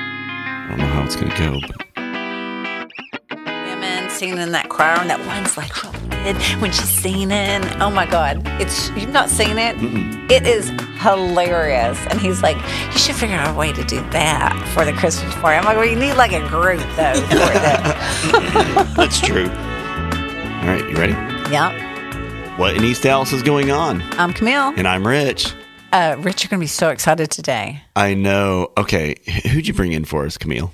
I don't know how it's gonna go, but women singing in that choir, and that one's like rolling when she's singing. Oh my God, it's you've not seen it. It is hilarious, and he's like, you should figure out a way to do that for the Christmas party. I'm like, well, you need like a group though. For that. that's true. All right, you ready? yeah, What in East Dallas is going on? I'm Camille. And I'm Rich. Uh, Rich, you're gonna be so excited today. I know. Okay, who'd you bring in for us, Camille?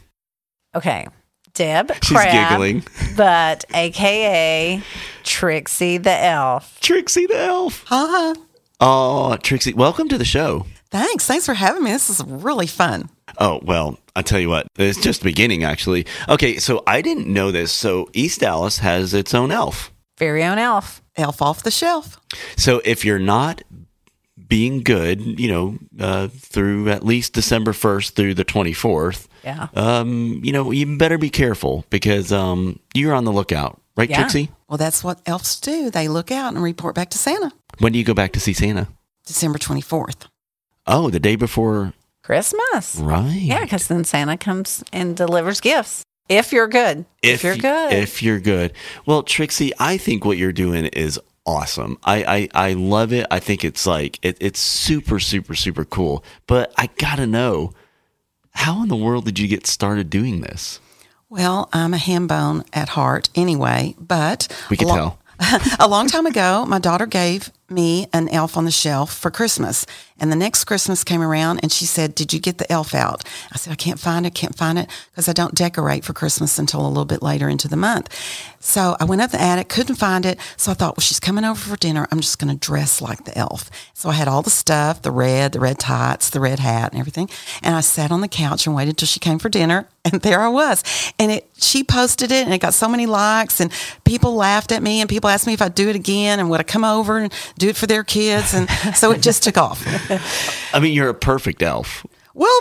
Okay, Deb. She's Crab, giggling. But AKA Trixie the Elf. Trixie the Elf. Hi. Oh, Trixie, welcome to the show. Uh-huh. Thanks. Thanks for having me. This is really fun. Oh, well, I tell you what, it's just the beginning, actually. Okay, so I didn't know this. So East Dallas has its own elf. Very own elf. Elf off the shelf. So if you're not being good, you know, uh, through at least December 1st through the 24th, Yeah. um, you know, you better be careful because um, you're on the lookout, right, Yeah. Trixie? Well, that's what elves do. They look out and report back to Santa When do you go back to see Santa? December 24th. Oh, the day before, Christmas. right? Yeah, because then Santa comes and delivers gifts. If you're good. If, you're good. If you're good. Well, Trixie, I think what you're doing is awesome. I I, I love it. I think it's like it, it's super super super cool. But I gotta know how in the world did you get started doing this? Well, I'm a ham bone at heart anyway, but We can a lo- tell. a long time ago, my daughter gave me an elf on the shelf for Christmas. And the next Christmas came around and she said, Did you get the elf out? I said, I can't find it, can't find it because I don't decorate for Christmas until a little bit later into the month. So I went up the attic, couldn't find it. So I thought, Well, she's coming over for dinner. I'm just going to dress like the elf. So I had all the stuff the red, the red tights, the red hat, and everything. And I sat on the couch and waited till she came for dinner. And there I was. And it, she posted it and it got so many likes and people laughed at me and people asked me if I'd do it again and would I come over and do it for their kids. And so it just took off. I mean, you're a perfect elf. Well,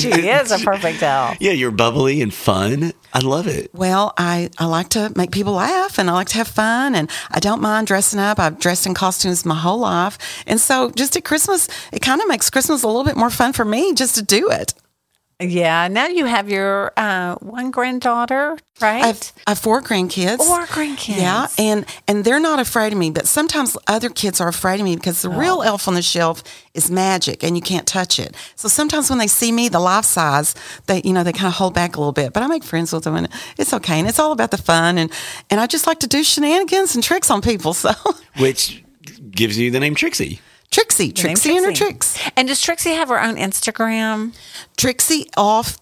she is a perfect elf. Yeah, you're bubbly and fun. I love it. Well, I, I like to make people laugh and I like to have fun and I don't mind dressing up. I've dressed in costumes my whole life. And so just at Christmas, it kind of makes Christmas a little bit more fun for me just to do it. Yeah. Now you have your uh, one granddaughter, right? I have, I have four grandkids. Four grandkids. Yeah, and and they're not afraid of me, but sometimes other kids are afraid of me because the Oh. real elf on the shelf is magic and you can't touch it. So sometimes when they see me, the life size, they you know they kind of hold back a little bit. But I make friends with them, and it's okay. And it's all about the fun, and and I just like to do shenanigans and tricks on people. So Which gives you the name Trixie. Trixie, Her name's Trixie, and her tricks. And does Trixie have her own Instagram? Trixie off,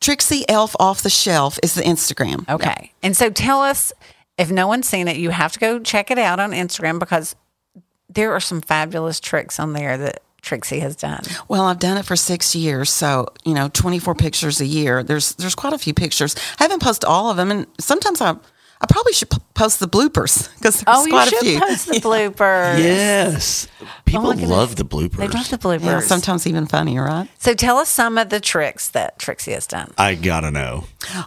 Trixie elf off the shelf is the Instagram. Okay. And so tell us if no one's seen it, you have to go check it out on Instagram because there are some fabulous tricks on there that Trixie has done. Well, I've done it for six years, so you know, twenty four pictures a year. There's there's quite a few pictures. I haven't posted all of them, and sometimes I I probably should p- post the bloopers because there's Oh, you quite should a few. post the bloopers. Yes. People Oh goodness. love the bloopers. They love the bloopers. Yeah, sometimes even funny, right? So tell us some of the tricks that Trixie has done. I gotta know.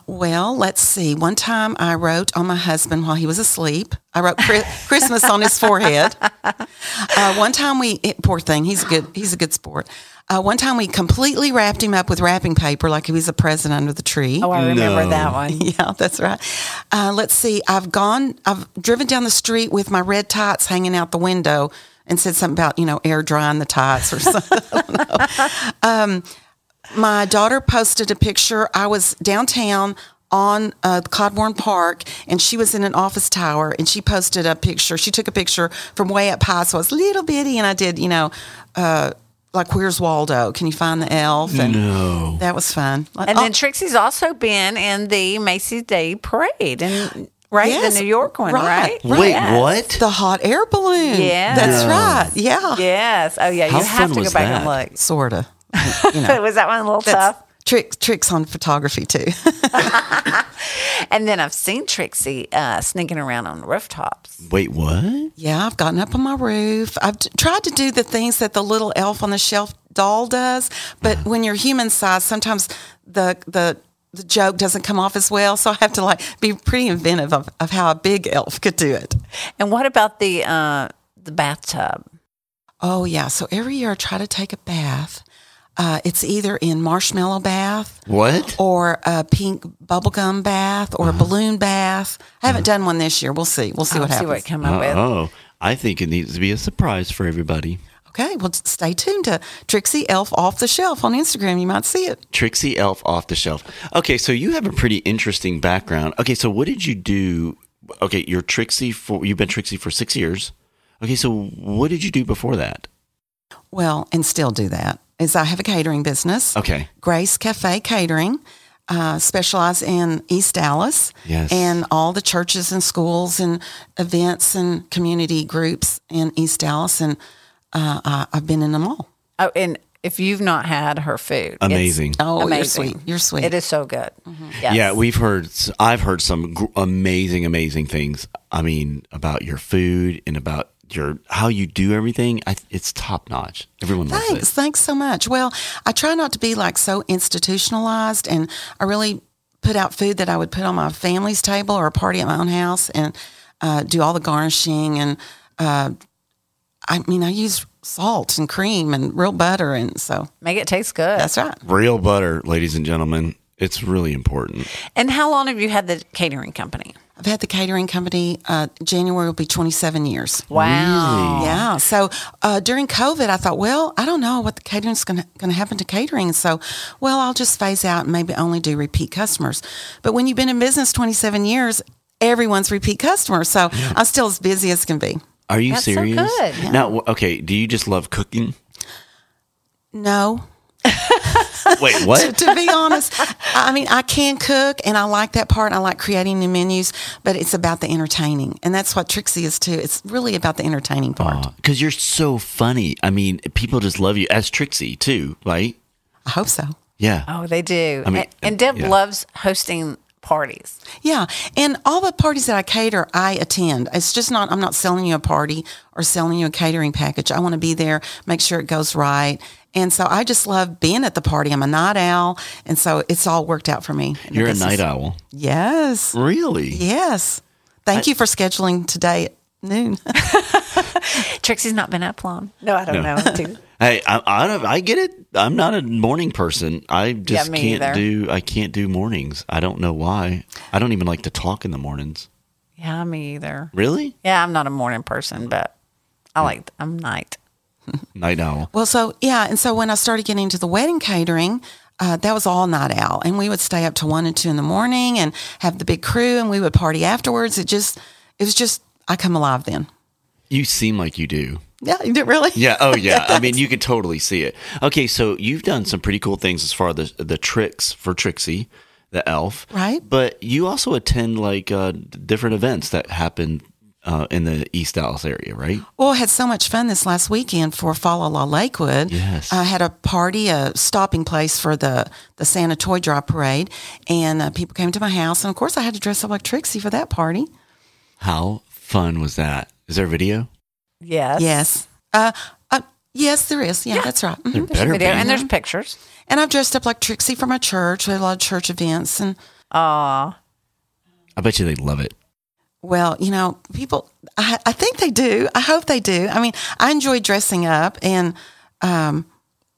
Well, let's see. One time I wrote on my husband while he was asleep. I wrote Chri- Christmas on his forehead. Uh, one time we it- poor thing, he's a good he's a good sport. Uh, one time we completely wrapped him up with wrapping paper like he was a present under the tree. Oh, I remember No. that one. Yeah, that's right. Uh, let's see. I've gone. I've driven down the street with my red tights hanging out the window and said something about you know air drying the tights or something. I don't know. Um, my daughter posted a picture. I was downtown on uh, Codbourne Park, and she was in an office tower, and she posted a picture. She took a picture from way up high, so I was little bitty, and I did you know. Uh, like where's Waldo? Can you find the elf? And Mm-hmm. No. that was fun. Oh, And then Trixie's also been in the Macy's Day Parade, and right Yes, the New York one, right? right. Wait, Yes. what? The hot air balloon. Yeah. That's No. right. Yeah. Yes. Oh yeah, How you have fun to go was back and that? look. Sort of. You know, was that one a little that's tough? trick, tricks on photography too. And then I've seen Trixie uh, sneaking around on rooftops. Wait, what? yeah. I've gotten up on my roof. I've t- tried to do the things that the little elf on the shelf doll does. But when you're human size, sometimes the, the, the joke doesn't come off as well. So I have to like be pretty inventive of, of how a big elf could do it. And what about the uh, the bathtub? Oh, yeah. So every year I try to take a bath. uh, it's either in marshmallow bath What? Oh, or a pink bubblegum bath or a balloon bath. I haven't done one this year. We'll see. We'll see what Uh-huh. I'll see happens. what I come up with. Oh, I think it needs to be a surprise for everybody. okay, well, stay tuned to Trixie Elf Off the Shelf on Instagram. You might see it. Trixie Elf off the shelf. Okay, so you have a pretty interesting background. Okay, so what did you do? Okay, you're Trixie for you've been Trixie for six years. Okay, so what did you do before that? Well, and still do that. Is I have a catering business. Okay, Grace Cafe Catering. Uh, specialize in East Dallas Yes. and all the churches and schools and events and community groups in East Dallas. And uh, I, I've been in them all. Oh, and if you've not had her food, it's amazing. Oh, you're amazing. sweet. You're sweet. Mm-hmm. It is so good. Yes. Yeah, we've heard. I've heard some gr- amazing, amazing things. I mean, about your food and about your how you do everything. I, it's top notch. Everyone loves Thanks. it. Thanks so much. Well, I try not to be like so institutionalized and I really put out food that I would put on my family's table or a party at my own house and uh, do all the garnishing. And uh, I mean, I use salt and cream and real butter. And so Make it taste good. that's right. Real butter, ladies and gentlemen. It's really important. And how long have you had the catering company? I've had the catering company, uh, January will be 27 years. Wow. Yeah. So uh, during COVID, I thought, well, I don't know what the catering's going to happen to catering. And so, well, I'll just phase out and maybe only do repeat customers. But when you've been in business 27 years, everyone's repeat customer. So I'm still as busy as can be. Are you That's so serious? good. Now, w- okay. Do you just love cooking? No, Wait, what? to be honest, I mean, I can cook and I like that part. I like creating new menus, but it's about the entertaining. And that's what Trixie is too. It's really about the entertaining part. Because you're so funny. I mean, people just love you as Trixie too, right? I hope so. Yeah. Oh, they do. mean, and, and Deb yeah. loves hosting parties. Yeah, and all the parties that I cater, I attend. It's just not I'm not selling you a party or selling you a catering package. I want to be there, make sure it goes right. And so I just love being at the party. I'm a night owl, and so it's all worked out for me. you're a This is- night owl. Yes. Really? Yes. Thank you for scheduling today at noon. Trixie's not been up long. No, I don't know. Dude. Hey, I, I don't. I get it. I'm not a morning person. I just me can't either. do. I can't do mornings. I don't know why. I don't even like to talk in the mornings. Yeah, me either. Really? Yeah, I'm not a morning person, but I like I'm night. Night owl. Well, so yeah, and so when I started getting into the wedding catering, uh, that was all night out, and we would stay up to one and two in the morning and have the big crew, and we would party afterwards. It just, it was just, I come alive then. You seem like you do. Yeah, you did really. Yeah. Oh, yeah. I mean, you could totally see it. Okay, so you've done some pretty cool things as far as the the tricks for Trixie, the elf, Right. But you also attend like uh, different events that happen uh, in the East Dallas area, right? Well, I had so much fun this last weekend for Fall La La Lakewood. Yes. I had a party, a stopping place for the, the Santa Toy Drop Parade, and uh, people came to my house. And of course, I had to dress up like Trixie for that party. How fun was that? Is there a video? Yes. Yes. Uh, uh, yes, there is. Yeah, that's right. Mhm. There's Better video be. and there's pictures. And I've dressed up like Trixie for my church. We had a lot of church events. And Aw. I bet you they love it. well, you know, people, I, I think they do. I hope they do. I mean, I enjoy dressing up and, um,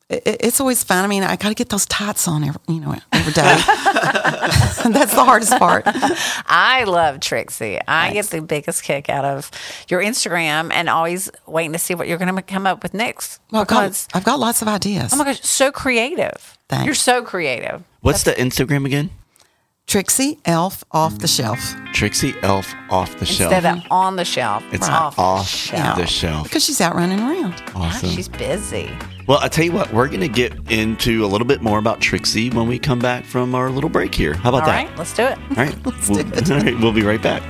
it, it's always fun. I mean, I got to get those tights on every, you know, every day. That's the hardest part. I love Trixie. I get the biggest kick out of your Instagram and always waiting to see what you're going to come up with next. Well, God, because, I've got lots of ideas. oh my gosh, so creative. Thanks. You're so creative. What's the Instagram again? Trixie Elf off the shelf. Trixie Elf off the shelf. Instead of on the shelf, it's off, off, the the, shelf. shelf. Because she's out running around. Awesome. Ah, She's busy. Well, I tell you what, we're going to get into a little bit more about Trixie when we come back from our little break here. How about All that? right, let's do it. All right. we'll, all right. We'll be right back.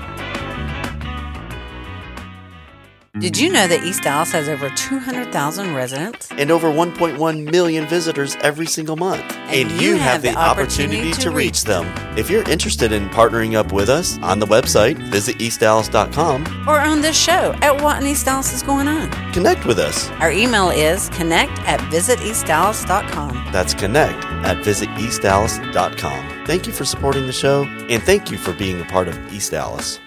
Did you know that East Dallas has over 200,000 residents? And over 1.1 million visitors every single month. And you have the opportunity to reach them. If you're interested in partnering up with us on the website, visit eastdallas.com. Or on this show at What in East Dallas is Going On? Connect with us. Our email is connect at visiteastdallas.com. That's connect at visiteastdallas.com. Thank you for supporting the show, and thank you for being a part of East Dallas.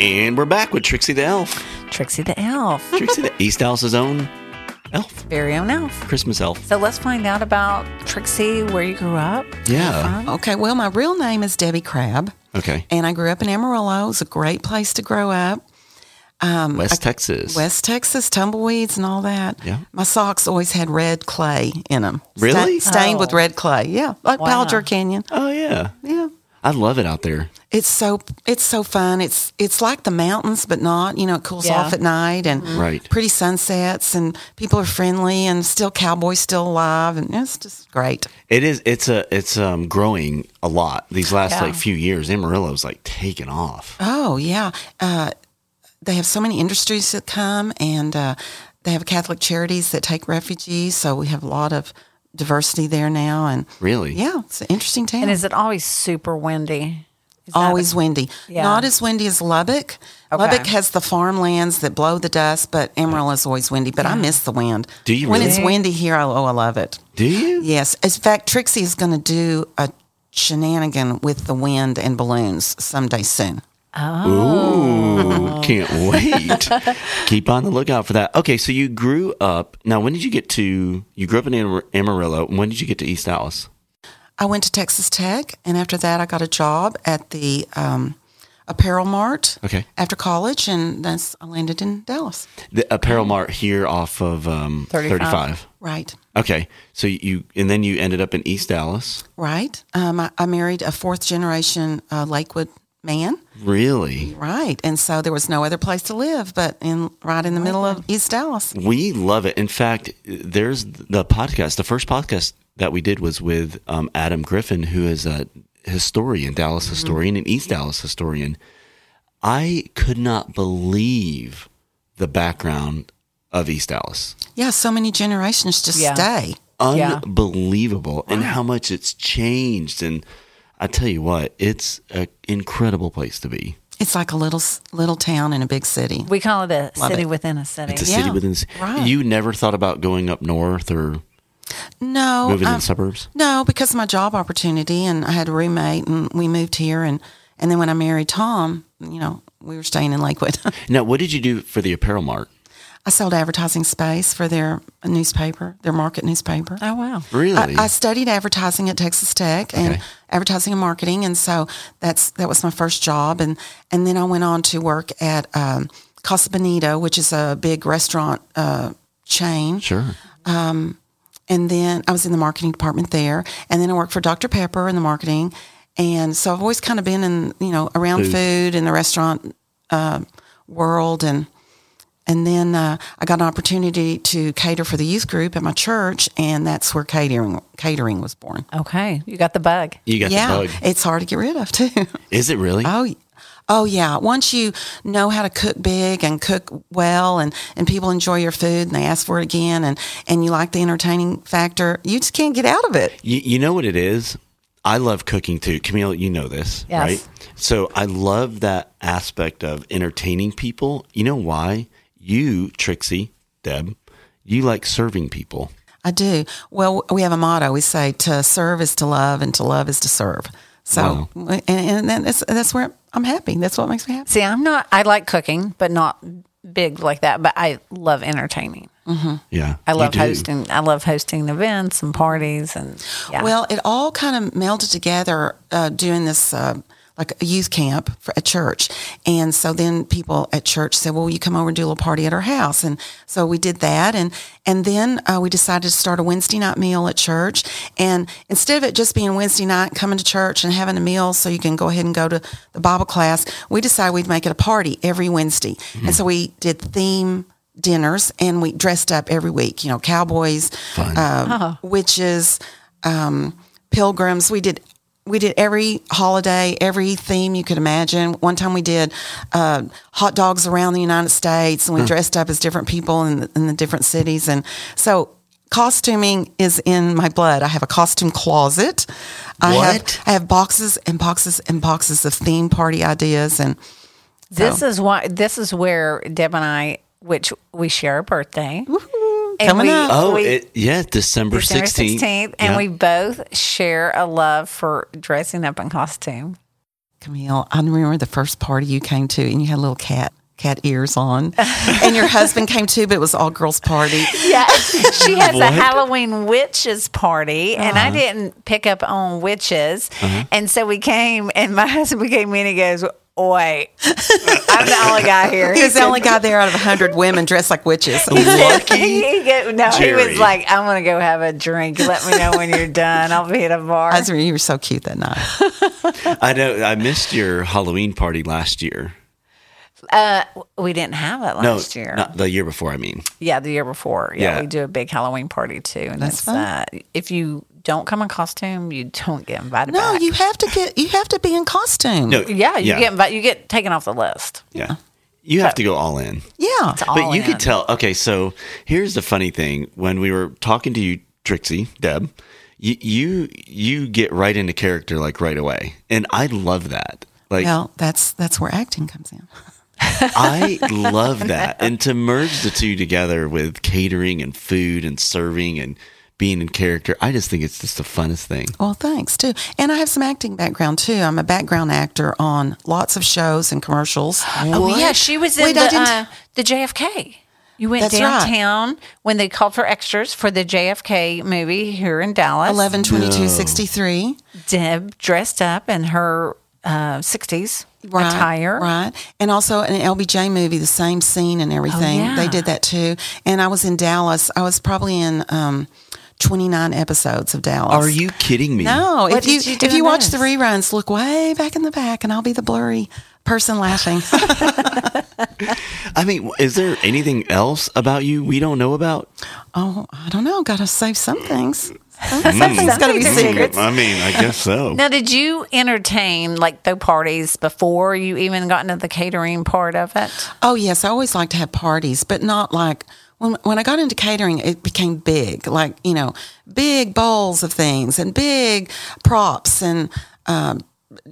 And we're back with Trixie the Elf. Trixie the elf, Trixie the East House's own elf, very own elf. Christmas elf. So let's find out about Trixie, where you grew up. Yeah. Oh, Okay, well, my real name is Debbie Crabb, Okay. and I grew up in Amarillo. It's a great place to grow up. Um, West Texas. West Texas, tumbleweeds and all that. Yeah. My socks always had red clay in them. Really? stained with Oh. red clay. Yeah. Like Wow. Baldur Canyon. Oh yeah. Yeah. I love it out there. It's so it's so fun. It's it's like the mountains, but not. You know, it cools Yeah. Mm-hmm. off at night and Right. pretty sunsets, and people are friendly, and still cowboys still alive, and it's just great. It is. It's a. It's um growing a lot these last Yeah. like few years. Amarillo's like taking off. Oh yeah, uh, they have so many industries that come, and uh, they have Catholic charities that take refugees. So we have a lot of diversity there now, and Really. yeah, it's an interesting town. And is it always super windy? Is that always windy. Yeah. Not as windy as Lubbock. Lubbock has the farmlands that blow the dust, but Amarillo is always windy. But I miss the wind. Do you When really? it's windy here, I, oh, I love it. Do you? Yes. In fact, Trixie is going to do a shenanigan with the wind and balloons someday soon. Oh, Ooh, can't wait. Keep on the lookout for that. Okay, so you grew up. Now, when did you get to? You grew up in Amar- Amarillo. When did you get to East Dallas? I went to Texas Tech, and after that, I got a job at the um, apparel mart Okay, after college, and that's I landed in Dallas. the apparel mart here off of um, 35. 35. Right. Okay, so you and then you ended up in East Dallas. Right. Um, I, I married a fourth generation uh, Lakewood man. Really, Right. And so there was no other place to live but in right in the middle of East Dallas. we love it. In fact, there's the podcast. The first podcast that we did was with um, Adam Griffin, who is a historian, Dallas Mm-hmm. historian, and East Dallas historian. I could not believe the background of East Dallas. Yeah, so many generations just Yeah. stay. Yeah. Unbelievable, and how much it's changed. And I tell you what, it's an incredible place to be. It's like a little s- little town in a big city. We call it a Love city it. within a city. It's a city Yeah, within. The, right. You never thought about going up north or No, moving in um, the suburbs. no, because of my job opportunity, and I had a roommate, and we moved here, and and then when I married Tom, you know, we were staying in Lakewood. Now, what did you do for the apparel mart? I sold advertising space for their newspaper, their market newspaper. oh wow. Really? I, I studied advertising at Texas Tech and Okay. advertising and marketing, and so that's that was my first job, and and then I went on to work at um, Casa Bonita, which is a big restaurant uh, chain, sure. and then I was in the marketing department there, and then I worked for Dr Pepper in the marketing, and so I've always kind of been in you know around Food. food, and the restaurant uh, world, and and then uh, I got an opportunity to cater for the youth group at my church, and that's where catering catering was born. Okay, you got the bug. You got yeah, the bug. it's hard to get rid of too. Is it really? Uh, oh, y- oh yeah. Once you know how to cook big and cook well, and and people enjoy your food and they ask for it again, and and you like the entertaining factor, you just can't get out of it. you, you know what it is? I love cooking too. Camille, you know this, Yes. right? So I love that aspect of entertaining people. You know why? You, Trixie, Deb, you like serving people. I do. Well, we have a motto. We say to serve is to love, and to love is to serve. So, and, and then that's that's where I'm happy. That's what makes me happy. See, I'm not. I like cooking, but not big like that. But I love entertaining. Yeah. I you love do. hosting. I love hosting events and parties and yeah. Well, it all kind of melded together uh, doing this uh, like a youth camp for a church, and so then people at church said, "Well, will you come over and do a little party at our house," and so we did that, and and then uh, we decided to start a Wednesday night meal at church, and instead of it just being Wednesday night coming to church and having a meal so you can go ahead and go to the Bible class, we decided we'd make it a party every Wednesday, and so we did theme dinners and we dressed up every week you know cowboys uh, witches um, pilgrims. We did we did every holiday, every theme you could imagine. One time we did uh, hot dogs around the United States, and we dressed up as different people in the, in the different cities. And so, costuming is in my blood. I have a costume closet. I What? have I have boxes and boxes and boxes of theme party ideas, and this is why. This is where Deb and I, which we share a birthday, and Coming we, up. Oh, we- it, yeah. December December 16th. 16th, and Yeah. we both share a love for dressing up in costume. Camille, I remember the first party you came to, and you had a little cat. cat ears on. and your husband came too, but it was all girls party. Yeah, she What? has a Uh-huh. Halloween witches party, and I didn't pick up on witches, and so we came, and my husband came in and he goes, "Oi, I'm the only guy here." He was the only guy there out of 100 women dressed like witches. Lucky. He go- no, he Jerry. was like, "I'm gonna go have a drink. Let me know when you're done. I'll be at a bar." Husband, you were so cute that night. I know. I missed your Halloween party last year. Uh, we didn't have it No, last year. not the year before. I mean, Yeah, the year before. Yeah, Yeah. we do a big Halloween party too, and That's it's fun. uh, if you don't come in costume, you don't get invited. No, back. you have to get you have to be in costume. no. Yeah, you get invited. You get taken off the list. Yeah, you have to go all in. Yeah. But all you in. could tell. Okay, so here's the funny thing: when we were talking to you, Trixie, Deb, you you, you get right into character like right away, and I love that. Like Well, that's that's where acting comes in. I love that, and to merge the two together with catering and food and serving and being in character, I just think it's just the funnest thing. Well, thanks too. And I have some acting background too. I'm a background actor on lots of shows and commercials. Oh yeah, she was in Wait, I the, didn't- uh, the JFK. You went That's right. downtown when they called for extras for the JFK movie here in Dallas. 11 22 63 Deb dressed up in her uh, sixties attire. Oh, right and also in an lbj movie the same scene and everything yeah. they did that too and i was in dallas i was probably in um, 29 episodes of dallas Are you kidding me? no What if you, did you do if you in watch the this? reruns look way back in the back and i'll be the blurry person laughing I mean, is there anything else about you we don't know about? oh i don't know gotta save some things Hmm. Something's gotta be secret. I mean, I guess so. Now, did you entertain like the parties before you even got into the catering part of it? Oh yes, I always like to have parties, but not like when when I got into catering, it became big, like you know, big bowls of things and big props and um,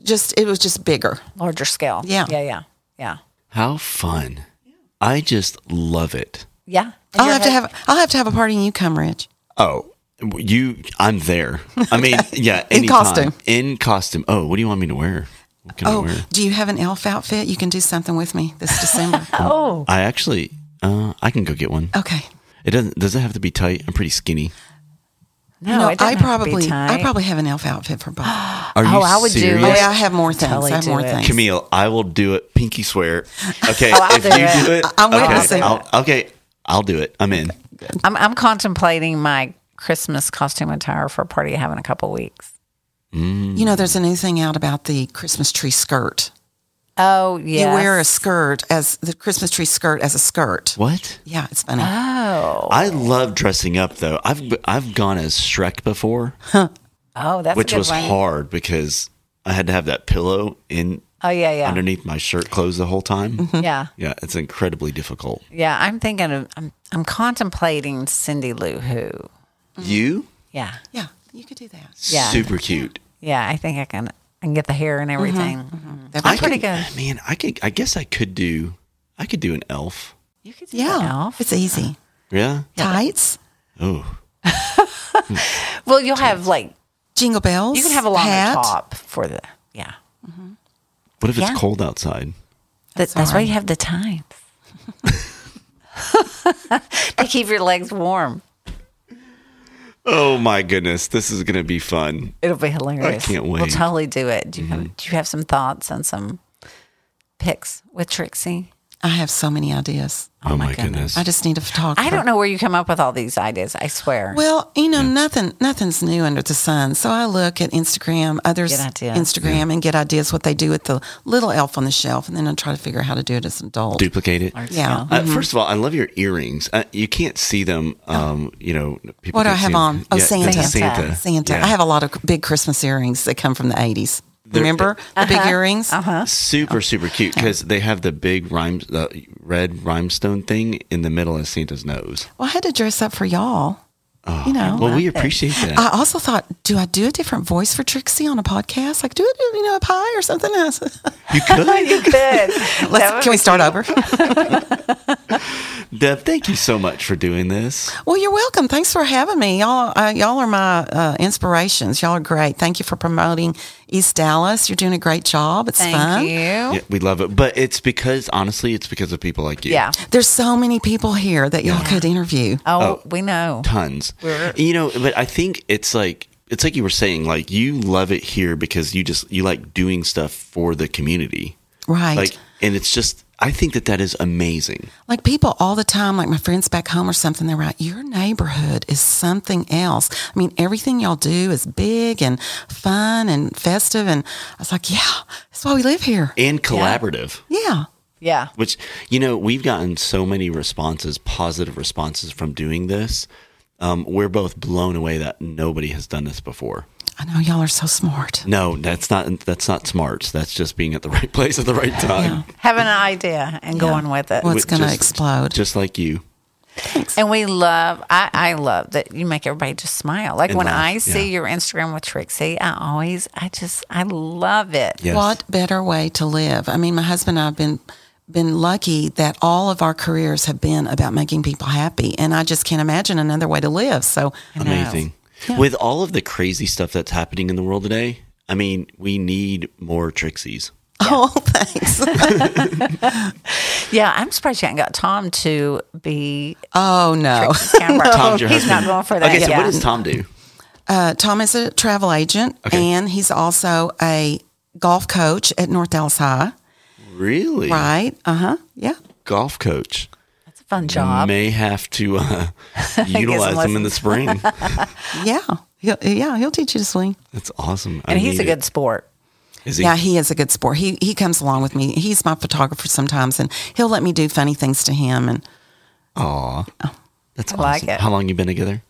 just it was just bigger. Larger scale. Yeah. Yeah. Yeah. Yeah. How fun. I just love it. Yeah. And I'll your have to hus- have I'll have to have a party and you come, Rich. Oh, you, I'm there. I mean, yeah, In anytime. costume. In costume. Oh, what do you want me to wear? What can I Oh, wear? do you have an elf outfit? You can do something with me this December. Oh, I actually, uh, I can go get one. okay. It doesn't, does it have to be tight? I'm pretty skinny. no. it doesn't I have to be probably I tight. probably have an elf outfit for both. oh, Are you Oh, I would do- serious? Oh, yeah, I have more things. Totally I have more do it. Oh, things. Camille, I will do it. Pinky swear. Okay, I'll if do you it. do it, I'm okay, witnessing. I'll, okay, I'll do it. I'm in. I'm, I'm contemplating my Christmas costume attire for a party I have in a couple weeks. You know, there's a new thing out about the Christmas tree skirt. Oh yeah, You wear a skirt as the Christmas tree skirt as a skirt. What? Yeah, it's funny. oh I love dressing up though. I've I've gone as Shrek before, oh that's a which good was one. hard because I had to have that pillow in Oh yeah yeah underneath my shirt clothes the whole time. yeah Yeah, it's incredibly difficult. yeah. I'm thinking of I'm I'm contemplating Cindy Lou Who. Mm-hmm. You Yeah yeah, you could do that. Yeah. super cute. yeah. I think I can I can get the hair and everything. That'd I be- pretty can- Man, I could I guess I could do I could do an elf. You could do an yeah, elf. it's easy. Yeah. Tights, Oh. well, you'll have like jingle bells. you can have a longer hat. top for the yeah. What if Yeah. it's cold outside? That's, that's why you have the times. to keep your legs warm. Oh my goodness, this is going to be fun. It'll be hilarious. can't We'll wait. totally do it. Do you, have, do you have some thoughts and some pics with Trixie? I have so many ideas. Oh, my, my goodness. goodness. I just need a photographer. I don't know where you come up with all these ideas. I swear. Well, you know, nothing nothing's new under the sun. So I look at Instagram, others Get ideas. Instagram, and get ideas what they do with the little elf on the shelf, and then I try to figure out how to do it as an adult. Duplicate it. Yeah. Uh, First of all, I love your earrings. Uh, you can't see them. Um, you know, people Oh. What do I can't see have them. on? Oh, Yeah, Santa. it's a Santa. Santa. Santa. Yeah. I have a lot of big Christmas earrings that come from the 80s. Remember the big earrings? Uh-huh. super super cute because they have the big rhyme, the red rhinestone thing in the middle of Santa's nose. Well, Oh, I had to dress up for y'all. Oh, you know. Well, we love it. appreciate that. I also thought, do I do a different voice for Trixie on a podcast? Like, do it, you know, up high or something else? you could. You could. That would Let's, can we be start over? Deb, thank you so much for doing this. well, you're welcome. Thanks for having me. Y'all, uh, y'all are my uh, inspirations. Y'all are great. Thank you for promoting East Dallas. You're doing a great job. It's Thank fun. you. Yeah, we love it. But it's because, honestly, it's because of people like you. Yeah. There's so many people here that y'all could interview. Oh, we know. Tons. We're- You know, but I think it's like, it's like you were saying, like, you love it here because you just, you like doing stuff for the community. Right. Like, and it's just, I think that that is amazing. Like people all the time, like my friends back home or something, they're like, your neighborhood is something else. I mean, everything y'all do is big and fun and festive. And I was like, yeah, that's why we live here. and collaborative. Yeah. Yeah. Which you know we've gotten so many responses, positive responses from doing this. Um, we're both blown away that nobody has done this before. I know y'all are so smart. No, that's not that's not smart. That's just being at the right place at the right time. Having an idea and going with it. Well, it's With going to just- explode. Just like you. And we love, I, I love that you make everybody just smile. Like And when laugh, I see yeah. your Instagram with Trixie, I always, I just, I love it. Yes. What better way to live? I mean, my husband and I have been been lucky that all of our careers have been about making people happy, and I just can't imagine another way to live. So, Amazing. With all of the crazy stuff that's happening in the world today, I mean, we need more Trixies. oh, thanks. Yeah. I'm surprised you haven't got Tom to be oh no. camera. Tom's your He's husband. not going for that. Okay, so yeah. what does Tom do? Uh, Tom is a travel agent, Okay. and he's also a golf coach at North Dallas High. Really? Right? Uh huh. Yeah. Golf coach. That's a fun job. May have to uh, utilize them in the lessons. spring. Yeah. He'll, yeah. He'll teach you to swing. That's awesome. I and he's a need it. good sport. Is he? Yeah, he is a good sport. He he comes along with me. He's my photographer sometimes, and he'll let me do funny things to him. And Aw. That's Oh. I awesome. like it. How long you been together?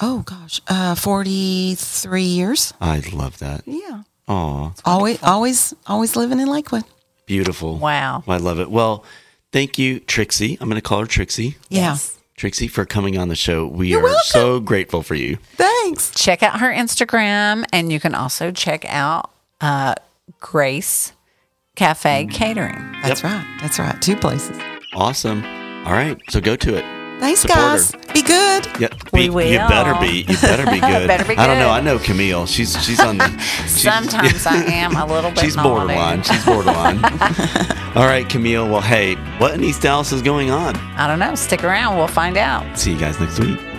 oh gosh, uh, forty three years. I love that. Yeah, Aw. always always always living in Lakewood. Beautiful. Wow. I love it. Well, thank you, Trixie. I'm going to call her Trixie. Yeah. Trixie, for coming on the show. We are welcome. so grateful for you. Thanks. Check out her Instagram and you can also check out uh, Grace Mm. Cafe Catering. That's right. That's right. Two places. Awesome. All right. So go to it. Thanks, Support her. guys. Be good. Yep. We Be- You will. better be. You better be good. Better be I don't know. good. I know Camille. She's she's on the. She's, Sometimes I am a little bit She's naughty. borderline. She's borderline. All right, Camille. Well, hey, what in East Dallas is going on? I don't know. Stick around. We'll find out. See you guys next week.